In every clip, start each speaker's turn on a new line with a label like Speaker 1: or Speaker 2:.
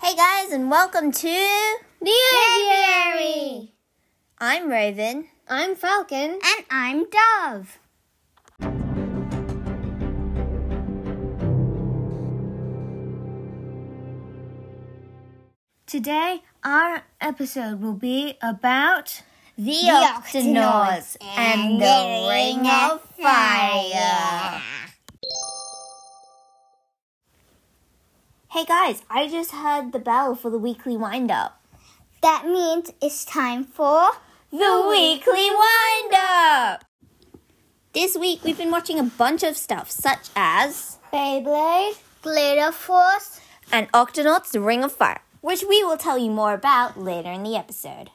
Speaker 1: Hey guys, and welcome to
Speaker 2: Navy.
Speaker 1: I'm Raven.
Speaker 2: I'm Falcon.
Speaker 1: And I'm Dove.
Speaker 2: Today, our episode will be about.
Speaker 1: The,
Speaker 2: Octonauts
Speaker 1: and the Ring of Fire. Hey guys, I just heard the bell for the weekly wind up.
Speaker 2: That means it's time for.
Speaker 1: The weekly wind up! This week we've been watching a bunch of stuff such as
Speaker 2: Beyblade, Glitter Force.
Speaker 1: and Octonauts The Ring of Fire, which we will tell you more about later in the episode.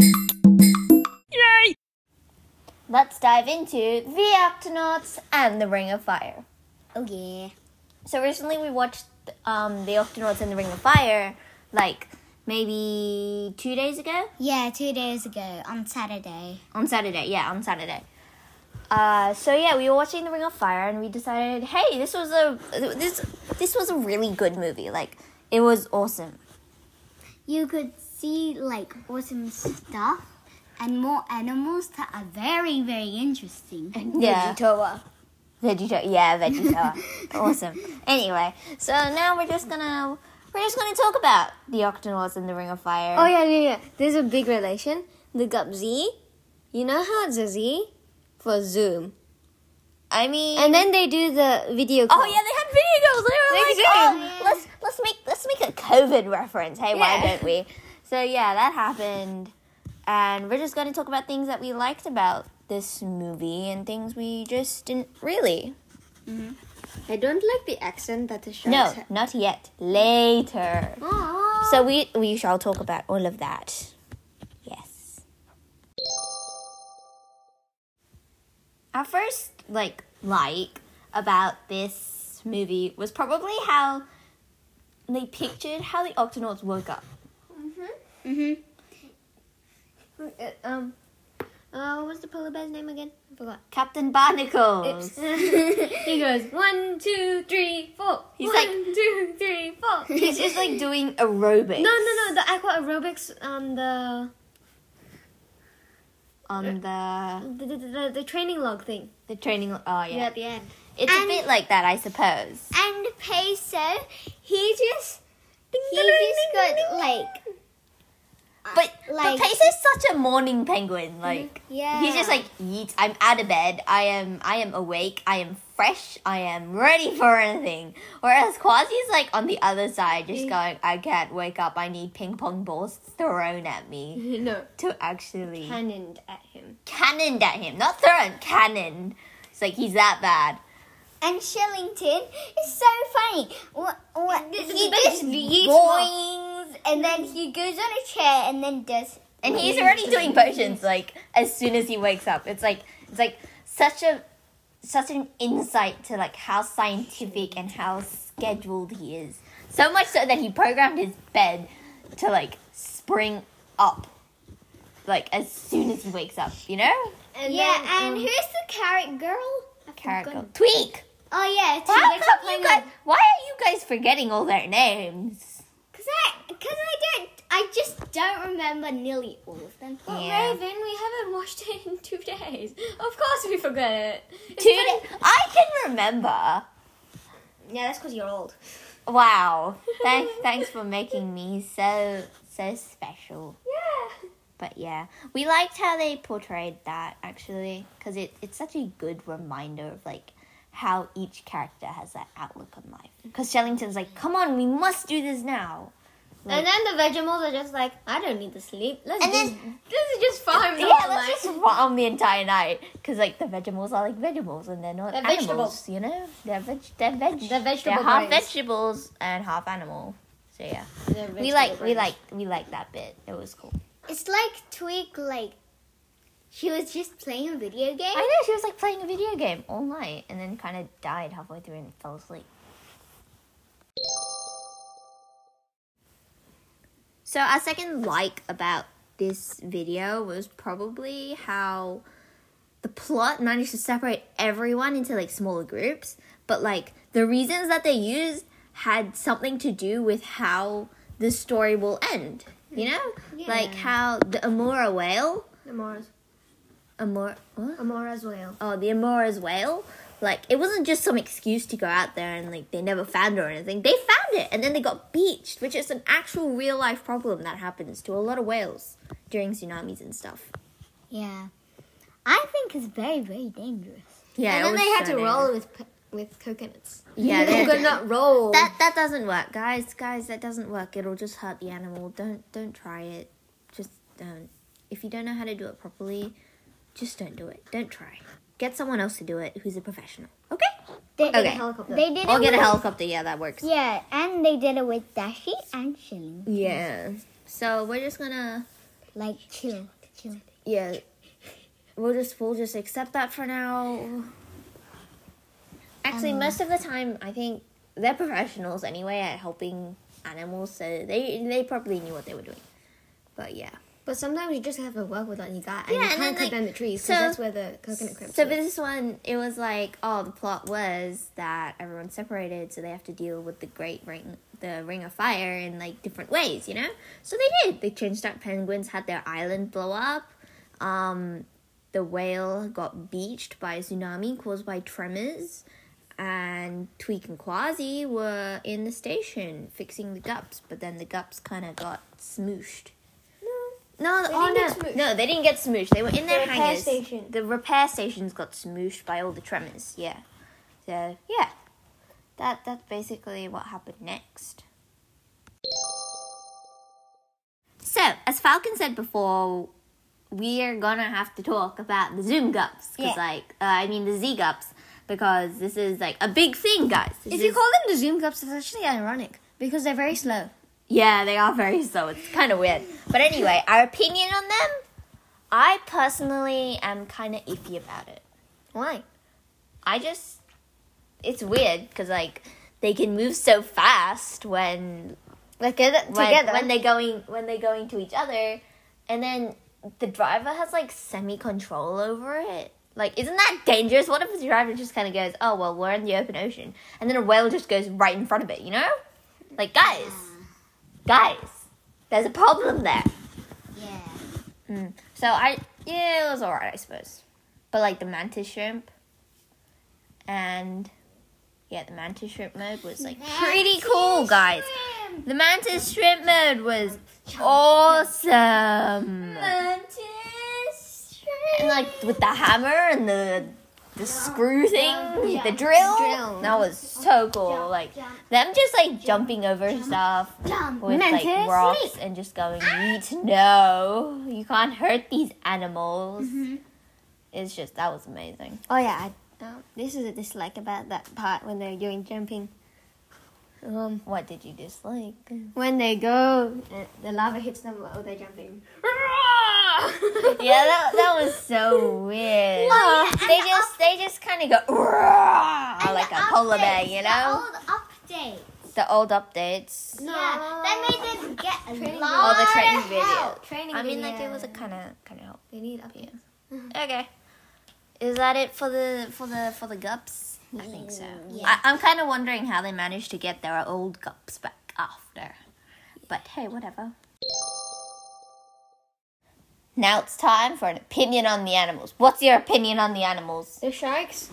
Speaker 1: Yay! Let's dive into The Octonauts and The Ring of Fire.
Speaker 2: Oh, yeah.
Speaker 1: So recently we watched um, The Octonauts and The Ring of Fire, like maybe two days ago?
Speaker 2: Yeah, two days ago on Saturday.
Speaker 1: On Saturday, yeah, on Saturday. Uh, so yeah, we were watching The Ring of Fire, and we decided, hey, this was a this this was a really good movie. Like, it was awesome.
Speaker 2: You could see like awesome stuff and more animals that are very, very interesting. And
Speaker 1: Yeah. Vegeta, yeah, Vegeta. awesome. Anyway, so now we're just gonna we're just gonna talk about the Octonauts and the Ring of Fire.
Speaker 3: Oh yeah, yeah, yeah. There's a big relation. Look up Z. You know how it's a Z for Zoom,
Speaker 1: I mean,
Speaker 3: and then they do the video. Call.
Speaker 1: oh yeah, they had videos. They were like, oh,
Speaker 3: Exactly.
Speaker 1: let's let's make let's make a COVID reference. Hey, why
Speaker 3: Yeah.
Speaker 1: don't we? So yeah, that happened, and we're just gonna talk about things that we liked about this movie and things we just didn't really.
Speaker 3: I don't like the accent that the sharks.
Speaker 1: No, not yet. Later.
Speaker 3: Aw.
Speaker 1: So we we shall talk about all of that. Yes. Our first like like about this movie was probably how they pictured how the Octonauts woke up.
Speaker 3: Uh, um. Uh, what was the polar bear's name again? I forgot.
Speaker 1: Captain Barnacles.
Speaker 3: he goes one, two, three, four.
Speaker 1: He's
Speaker 3: One,
Speaker 1: like-
Speaker 3: two, three, four.
Speaker 1: He's just like doing aerobics.
Speaker 3: no, no, no. The aqua aerobics on the
Speaker 1: On the
Speaker 3: the, the, the, the training log thing.
Speaker 1: the training. Oh yeah,
Speaker 3: Yeah, at the end.
Speaker 1: it's a bit like that, I suppose.
Speaker 2: And Peso, he just he
Speaker 3: ding, ding,
Speaker 2: just got like
Speaker 1: But
Speaker 2: like- Mm,
Speaker 1: but Peso's such a morning penguin. Like
Speaker 2: Yeah.
Speaker 1: he's just like yeet. I'm out of bed. I am I am awake. I am fresh. I am ready for anything. Whereas Quasi's like on the other side,
Speaker 2: Mm.
Speaker 1: just going. I can't wake up. I need ping pong balls thrown at me
Speaker 3: No,
Speaker 2: Mm-hmm.
Speaker 1: to actually
Speaker 3: cannoned at him.
Speaker 1: cannoned at him, not thrown, cannoned. It's like he's that bad.
Speaker 2: and Shillington is so funny. What, what,
Speaker 3: This is
Speaker 2: he
Speaker 3: the
Speaker 2: just
Speaker 3: yeet
Speaker 2: boings and then he goes on a chair and then does
Speaker 1: And he's already doing potions like as soon as he wakes up. It's like it's like such a such an insight to like how scientific and how scheduled he is. So much so that he programmed his bed to like spring up like as soon as he wakes up, you know?
Speaker 2: Oh
Speaker 3: And
Speaker 2: Yeah,
Speaker 3: then,
Speaker 2: and
Speaker 3: um,
Speaker 2: who's the carrot girl?
Speaker 1: Carrot girl. Tweak!
Speaker 2: Oh yeah, she
Speaker 1: How
Speaker 2: wakes up
Speaker 1: come you
Speaker 2: playing
Speaker 1: guys why are you guys forgetting all their names?
Speaker 2: Cause I, cause I don't, I just don't remember nearly all of them.
Speaker 3: But
Speaker 1: Yeah.
Speaker 3: Raven, we haven't watched it in two days. Of course we forgot it. It's
Speaker 1: Two
Speaker 3: been-
Speaker 1: I can remember.
Speaker 3: Yeah, that's because you're old.
Speaker 1: Wow. Thank, thanks for making me so so special.
Speaker 3: Yeah.
Speaker 1: But yeah, we liked how they portrayed that actually, because it, it's such a good reminder of like how each character has that outlook on life. Because Shellington's like, come on, we must do this now.
Speaker 3: and then the Vegemals are just like, I don't need to sleep. Let's
Speaker 1: And
Speaker 3: just,
Speaker 1: then-
Speaker 3: this is just farm. the
Speaker 1: yeah,
Speaker 3: whole
Speaker 1: let's
Speaker 3: night."
Speaker 1: just farm the entire night. Because like the vegetables are like vegetables and they're not
Speaker 3: They're
Speaker 1: animals, you know? They're veg, they're veg,
Speaker 3: They're vegetable
Speaker 1: They're half
Speaker 3: brains.
Speaker 1: vegetables and half animal. So yeah,
Speaker 3: They're
Speaker 1: we
Speaker 3: vegetable
Speaker 1: like we
Speaker 3: brains.
Speaker 1: like we like that bit. It was cool.
Speaker 2: It's like Twig, like she was just playing a video game.
Speaker 1: I know she was like playing a video game all night and then kind of died halfway through and fell asleep. So our second like about this video was probably how the plot managed to separate everyone into like smaller groups, but like the reasons that they used had something to do with how the story will end. You know, like how the Amora whale,
Speaker 4: Amora's,
Speaker 1: Amora, what?
Speaker 4: Amora's whale.
Speaker 1: oh the Amora's whale. Like it wasn't just some excuse to go out there and like they never found her or anything. They found it and then they got beached, which is an actual real life problem that happens to a lot of whales during tsunamis and stuff.
Speaker 2: Yeah. I think it's very, very dangerous.
Speaker 1: Yeah,
Speaker 4: and
Speaker 1: it
Speaker 4: then
Speaker 1: was
Speaker 4: they had
Speaker 1: so
Speaker 4: to
Speaker 1: dangerous.
Speaker 4: roll with p- with coconuts.
Speaker 1: Yeah, they-
Speaker 4: coconut roll.
Speaker 1: That that doesn't work, guys. Guys, that doesn't work. It'll just hurt the animal. Don't don't try it. Just don't. If you don't know how to do it properly, just don't do it. Don't try. Get someone else to do it who's a professional. Okay?
Speaker 2: They,
Speaker 1: Okay.
Speaker 4: helicopter.
Speaker 2: They did
Speaker 1: I'll
Speaker 2: it
Speaker 1: get a
Speaker 2: with,
Speaker 1: helicopter. Yeah, that works.
Speaker 2: Yeah, and they did it with Dashi and Shilling.
Speaker 1: Yeah. So we're just gonna
Speaker 2: Like, chill, chill.
Speaker 1: yeah. We'll just we'll just accept that for now. Actually, most of the time, I think they're professionals anyway at helping animals, so they they probably knew what they were doing. But yeah.
Speaker 4: but sometimes you just have to work with what you got, and
Speaker 1: Yeah,
Speaker 4: you
Speaker 1: and
Speaker 4: can't
Speaker 1: then,
Speaker 4: cut
Speaker 1: like,
Speaker 4: down the trees
Speaker 1: so-
Speaker 4: because that's where the coconut crabs.
Speaker 1: So,
Speaker 4: live.
Speaker 1: but this one, it was like, oh, the plot was that everyone's separated, so they have to deal with the Great Ring, the Ring of Fire, in like different ways, you know. So they did. They changed up. Penguins had their island blow up. Um, the whale got beached by a tsunami caused by tremors, and Tweak and Quasi were in the station fixing the gups, but then the gups kind of got smooshed. No, oh,
Speaker 4: didn't get
Speaker 1: no.
Speaker 4: smooshed.
Speaker 1: no, they didn't get smooshed. They were in their
Speaker 4: repair
Speaker 1: hangars.
Speaker 4: station.
Speaker 1: The repair stations got smooshed by all the tremors. Yeah, so yeah, that that's basically what happened next. So, as Falcon said before, we're gonna have to talk about the Zoom gups,
Speaker 3: Yeah.
Speaker 1: because like uh, I mean the Z gups, because this is like a big thing, guys. This
Speaker 3: If you
Speaker 1: is-
Speaker 3: call them the Zoom Gups, it's actually ironic because they're very slow.
Speaker 1: yeah, they are very slow. It's kind of weird. But anyway, our opinion on them, I personally am kind of iffy about it. Why? I just, it's weird because like they can move so fast when
Speaker 3: Like they're
Speaker 1: when,
Speaker 3: together.
Speaker 1: when they're going when they're going to each other, and then the driver has like semi control over it. Like, isn't that dangerous? What if the driver just kind of goes, "Oh well, we're in the open ocean," and then a whale just goes right in front of it? You know, like guys, guys, there's a problem there.
Speaker 2: Yeah.
Speaker 1: Mm. So I yeah, it was alright, I suppose. But like the mantis shrimp, and yeah, the mantis shrimp mode was like pretty cool, guys. The mantis shrimp mode was awesome. And like with the hammer and the the screw thing, the Oh, drill,
Speaker 4: Drill.
Speaker 1: that was so cool. Like them just like jumping over stuff
Speaker 2: Jump.
Speaker 1: with like
Speaker 3: Mantis,
Speaker 1: rocks and just going, "Yeet, no, you can't hurt these animals."
Speaker 2: Mm-hmm.
Speaker 1: It's just that was amazing.
Speaker 3: Oh yeah, I, um, this is a dislike about that part when they're doing jumping. Um,
Speaker 1: What did you dislike?
Speaker 3: when they go, uh, the lava hits them while they're jumping.
Speaker 1: yeah, that, that was so weird.
Speaker 2: Oh, yeah,
Speaker 1: they
Speaker 2: and the
Speaker 1: just they just kind of go "Roar," like a polar bear, you know.
Speaker 2: The old update.
Speaker 1: The old updates.
Speaker 2: Yeah, they made them get a
Speaker 1: All
Speaker 2: lot
Speaker 1: the training
Speaker 2: of help.
Speaker 1: videos.
Speaker 4: Training.
Speaker 1: I mean, like it
Speaker 4: video.
Speaker 1: was a kind of kind of help.
Speaker 4: They need updates.
Speaker 1: Okay. Is that it for the for the for the gups? I think so.
Speaker 2: Yeah.
Speaker 1: I, I'm kind of wondering how they managed to get their old gups back after. But hey, whatever. Now it's time for an opinion on the animals. What's your opinion on the animals?
Speaker 4: The sharks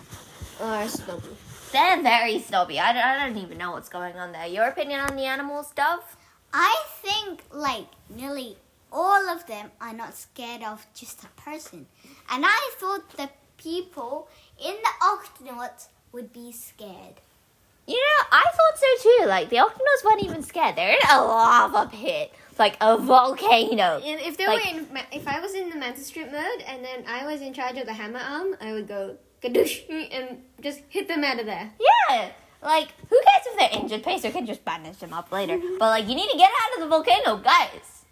Speaker 4: are snobby.
Speaker 1: They're very snobby. I don't, I don't even know what's going on there. Your opinion on the animals, Dove?
Speaker 2: I think like nearly all of them are not scared of just a person. And I thought the people in the octonauts would be scared.
Speaker 1: You know, I thought so too. Like the octonauts weren't even scared. They're in a lava pit, like a volcano.
Speaker 4: And if they
Speaker 1: Like-
Speaker 4: were in, ma- if I was in the mantis strip mode, and then I was in charge of the hammer arm, I would go gadoosh and just hit them out of there.
Speaker 1: Yeah. Like, who cares if they're injured? Pacer can just bandage them up later. But, like, you need to get out of the volcano, guys.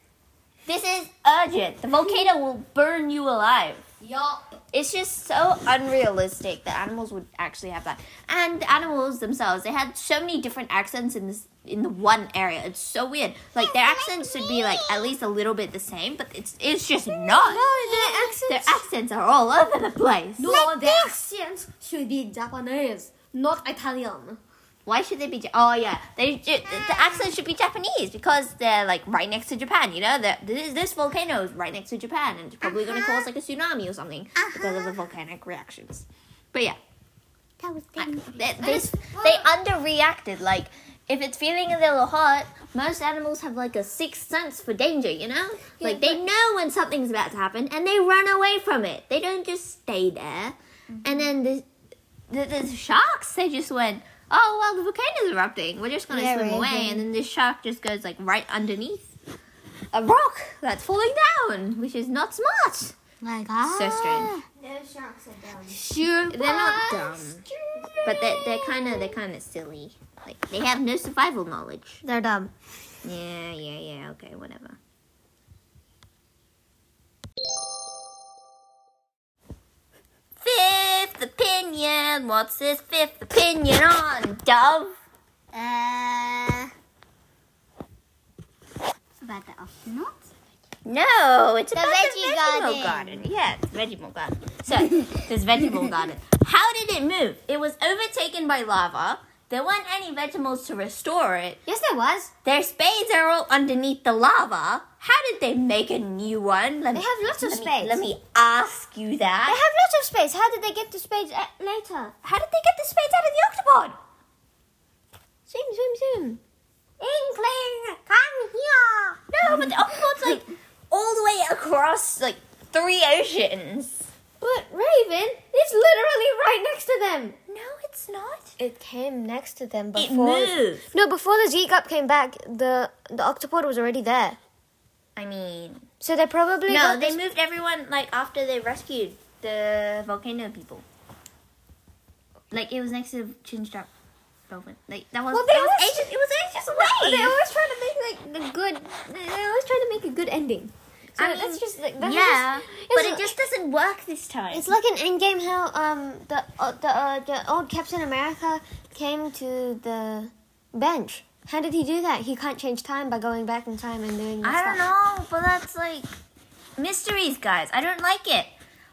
Speaker 1: This is urgent. The volcano will burn you alive.
Speaker 2: Yup.
Speaker 1: It's just so unrealistic that animals would actually have that. And the animals themselves, they had so many different accents in this in the one area. It's so weird. Like their accents should be like at least a little bit the same, but it's it's just not. No,
Speaker 3: Oh,
Speaker 1: their accents their accents are all over the place.
Speaker 4: No, their accents should be Japanese, not Italian.
Speaker 1: Why should they be? Ja- oh yeah, they ju- the accent should be Japanese because they're like right next to Japan. You know, They're- this this volcano is right next to Japan, and it's probably going to
Speaker 2: Uh-huh.
Speaker 1: cause like a tsunami or something because of the volcanic reactions. But yeah,
Speaker 2: That was
Speaker 1: I-
Speaker 2: thing.
Speaker 1: they they, they underreacted. Like if it's feeling a little hot, most animals have like a sixth sense for danger. You know, like they know when something's about to happen and they run away from it. They don't just stay there. And then the, the the sharks they just went. Oh well, the volcano's erupting. We're just gonna
Speaker 3: Yeah,
Speaker 1: swim
Speaker 3: right,
Speaker 1: away,
Speaker 3: yeah.
Speaker 1: and then this shark just goes like right underneath a rock that's falling down, which is not smart.
Speaker 2: My God.
Speaker 1: So strange.
Speaker 4: No sharks are dumb.
Speaker 1: Sure, they're not dumb, but they're they're kind of they're kind of silly. Like they have no survival knowledge.
Speaker 3: They're dumb.
Speaker 1: Yeah, yeah, yeah. Okay, whatever. Fifth opinion. What's this fifth opinion on, Dove?
Speaker 2: Uh, about the octonauts.
Speaker 1: No, it's about
Speaker 2: veggie
Speaker 1: the vegetable garden.
Speaker 2: garden.
Speaker 1: Yeah, it's vegetable garden. So, this vegetable garden. How did it move? It was overtaken by lava. There weren't any vegetables to restore it.
Speaker 2: Yes, there was.
Speaker 1: Their spades are all underneath the lava. How did they make a new one? Let me,
Speaker 3: They have lots of
Speaker 1: let me-
Speaker 3: spades.
Speaker 1: let me ask you that.
Speaker 3: They have lots of space. How did they get to space uh, later?
Speaker 1: How did they get the spades out of the octopod?
Speaker 3: Zoom, zoom, zoom.
Speaker 1: Inkling, come here. No, but the octopod's like all the way across like three oceans.
Speaker 3: But Raven is literally right next to them.
Speaker 1: No, it's not.
Speaker 3: It came next to them
Speaker 1: It
Speaker 3: before.
Speaker 1: moved.
Speaker 3: No, before the Z cup came back, the the octopod was already there.
Speaker 1: I mean,
Speaker 3: So they probably
Speaker 1: no,
Speaker 3: got
Speaker 1: they
Speaker 3: this-
Speaker 1: moved everyone like after they rescued the volcano people. Like it was next to Chinstrap dolphin. Like that was.
Speaker 3: Well, they
Speaker 1: that was
Speaker 3: always-
Speaker 1: ages, it was ages
Speaker 3: Well,
Speaker 1: away.
Speaker 3: they always try to make like the good. They they always try to make a good ending. So
Speaker 1: I mean,
Speaker 3: that's just like that's
Speaker 1: yeah,
Speaker 3: just-
Speaker 1: but it
Speaker 3: it's-
Speaker 1: just doesn't work this time.
Speaker 3: It's like an endgame how um the uh, the, uh, the old Captain America came to the bench. How did he do that? He can't change time by going back in time and doing.
Speaker 1: I don't know, but that's like mysteries, guys. I don't like it.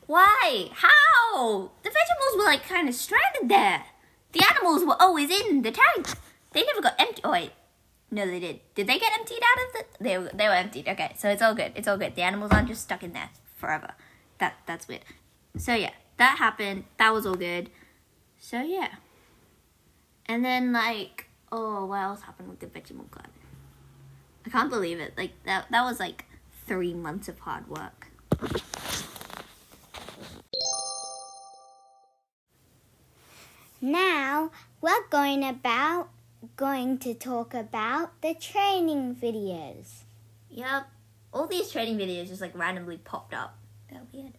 Speaker 1: Why? How? The vegetables were like kind of stranded there. The animals were always in the tank. They never got empty. Oh wait, no, they did. Did they get emptied out of the? They were- they were emptied. Okay, so it's all good. It's all good. The animals aren't just stuck in there forever. That that's weird. So yeah, that happened. That was all good. So yeah. And then like, oh, what else happened with the vegetable garden? I can't believe it. Like that that was like three months of hard work.
Speaker 2: Now we're going about going to talk about the training videos.
Speaker 1: Yep. All these training videos just like randomly popped up. They're weird.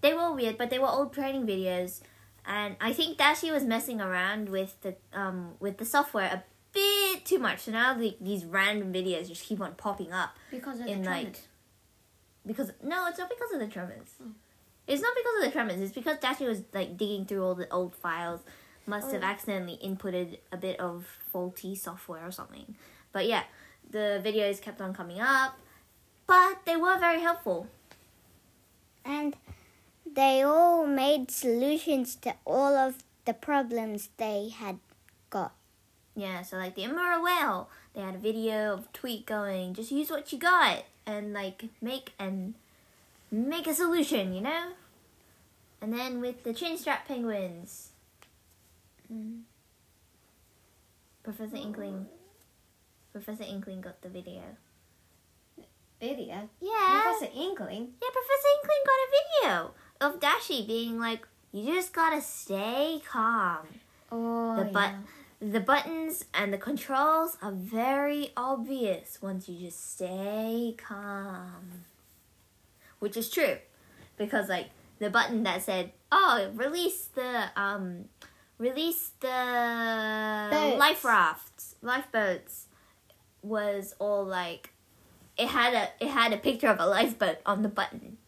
Speaker 1: They were weird, but they were old training videos. And I think Dashi was messing around with the um with the software a bit too much. So now the, these random videos just keep on popping up.
Speaker 4: Because of
Speaker 1: in like because no, it's not because of the tremors. It's not because of the tremors. It's because Dashi was like digging through all the old files, must have accidentally inputted a bit of faulty software or something. But yeah, the videos kept on coming up, but they were very helpful.
Speaker 2: And they all made solutions to all of the problems they had got.
Speaker 1: Yeah, so like the Imura whale, they had a video of tweet going, just use what you got and like make and make a solution, you know? And then with the chin strap penguins. Mm. Professor Inkling Professor Inkling got the video.
Speaker 4: Video.
Speaker 1: Yeah.
Speaker 4: Professor Inkling.
Speaker 1: Yeah, Professor Inkling got a video of Dashi being like, You just gotta stay calm.
Speaker 4: Oh,
Speaker 1: the but the buttons and the controls are very obvious once you just stay calm which is true because like the button that said oh release the um release the
Speaker 4: Boats.
Speaker 1: life rafts lifeboats was all like it had a it had a picture of a lifeboat on the button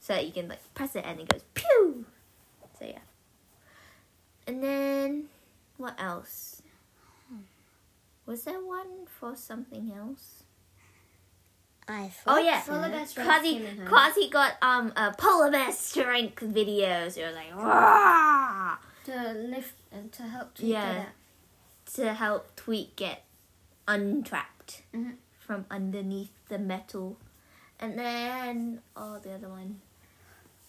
Speaker 1: so that you can like press it and it goes pew so yeah and then what else? Was there one for something else?
Speaker 2: I
Speaker 1: Oh
Speaker 2: thought.
Speaker 1: yeah,
Speaker 4: Polar bear strength
Speaker 1: Quasi
Speaker 4: came in handy.
Speaker 1: Quasi got um a polar bear strength videos. It was like Rah!
Speaker 4: to lift and to help to
Speaker 1: Yeah.
Speaker 4: do
Speaker 1: to help Tweet get untrapped
Speaker 4: Mm-hmm.
Speaker 1: from underneath the metal. And then, oh, the other one.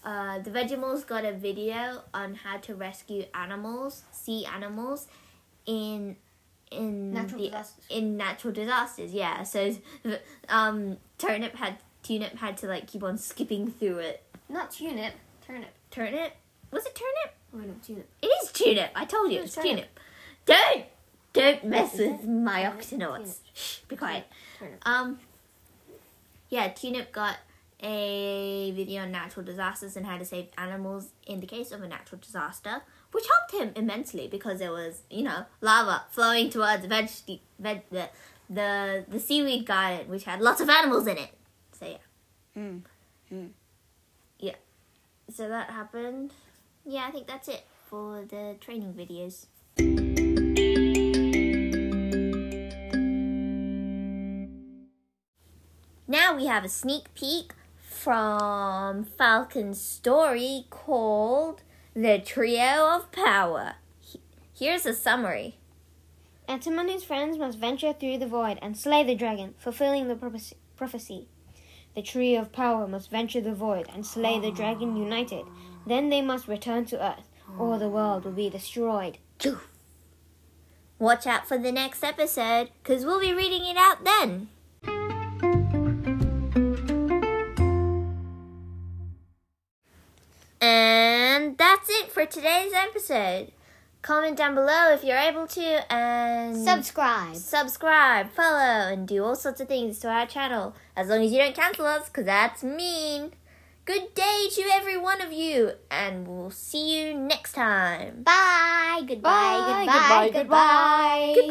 Speaker 1: Uh, the Vegemal's got a video on how to rescue animals, sea animals, in in
Speaker 4: Natural
Speaker 1: the,
Speaker 4: disasters.
Speaker 1: in natural disasters. Yeah, so um, Turnip had Tunip had to like keep on skipping through it.
Speaker 4: Not tunip, turnip.
Speaker 1: Turnip was it Turnip?
Speaker 4: Oh no, tunip.
Speaker 1: It is Tunip. I told you it was
Speaker 4: It's turnip.
Speaker 1: Tunip. Don't don't mess with my octonauts. Shh, be quiet.
Speaker 4: Turnip.
Speaker 1: Um, yeah, Tunip got a video on natural disasters and how to save animals in the case of a natural disaster, which helped him immensely because there was, you know, lava flowing towards veg- veg- the, the, the seaweed garden, which had lots of animals in it. So, yeah.
Speaker 2: Mm. Mm.
Speaker 1: Yeah. So that happened. Yeah, I think that's it for the training videos. Now we have a sneak peek from Falcon's story called The Trio of Power. He- Here's a summary.
Speaker 3: Atamon and his friends must venture through the void and slay the dragon, fulfilling the prophecy- prophecy. The tree of power must venture the void and slay the dragon united. Then they must return to Earth, or the world will be destroyed.
Speaker 1: Watch out for the next episode, because we'll be reading it out then. And that's it for today's episode. Comment down below if you're able to
Speaker 3: Mm.
Speaker 1: and
Speaker 2: Subscribe.
Speaker 1: subscribe, follow, and do all sorts of things to our channel. As long as you don't cancel us, because that's mean. Good day to every one of you, and we'll see you next time.
Speaker 2: Bye. Goodbye.
Speaker 3: Bye,
Speaker 2: Goodbye.
Speaker 3: goodbye, goodbye.
Speaker 2: Goodbye.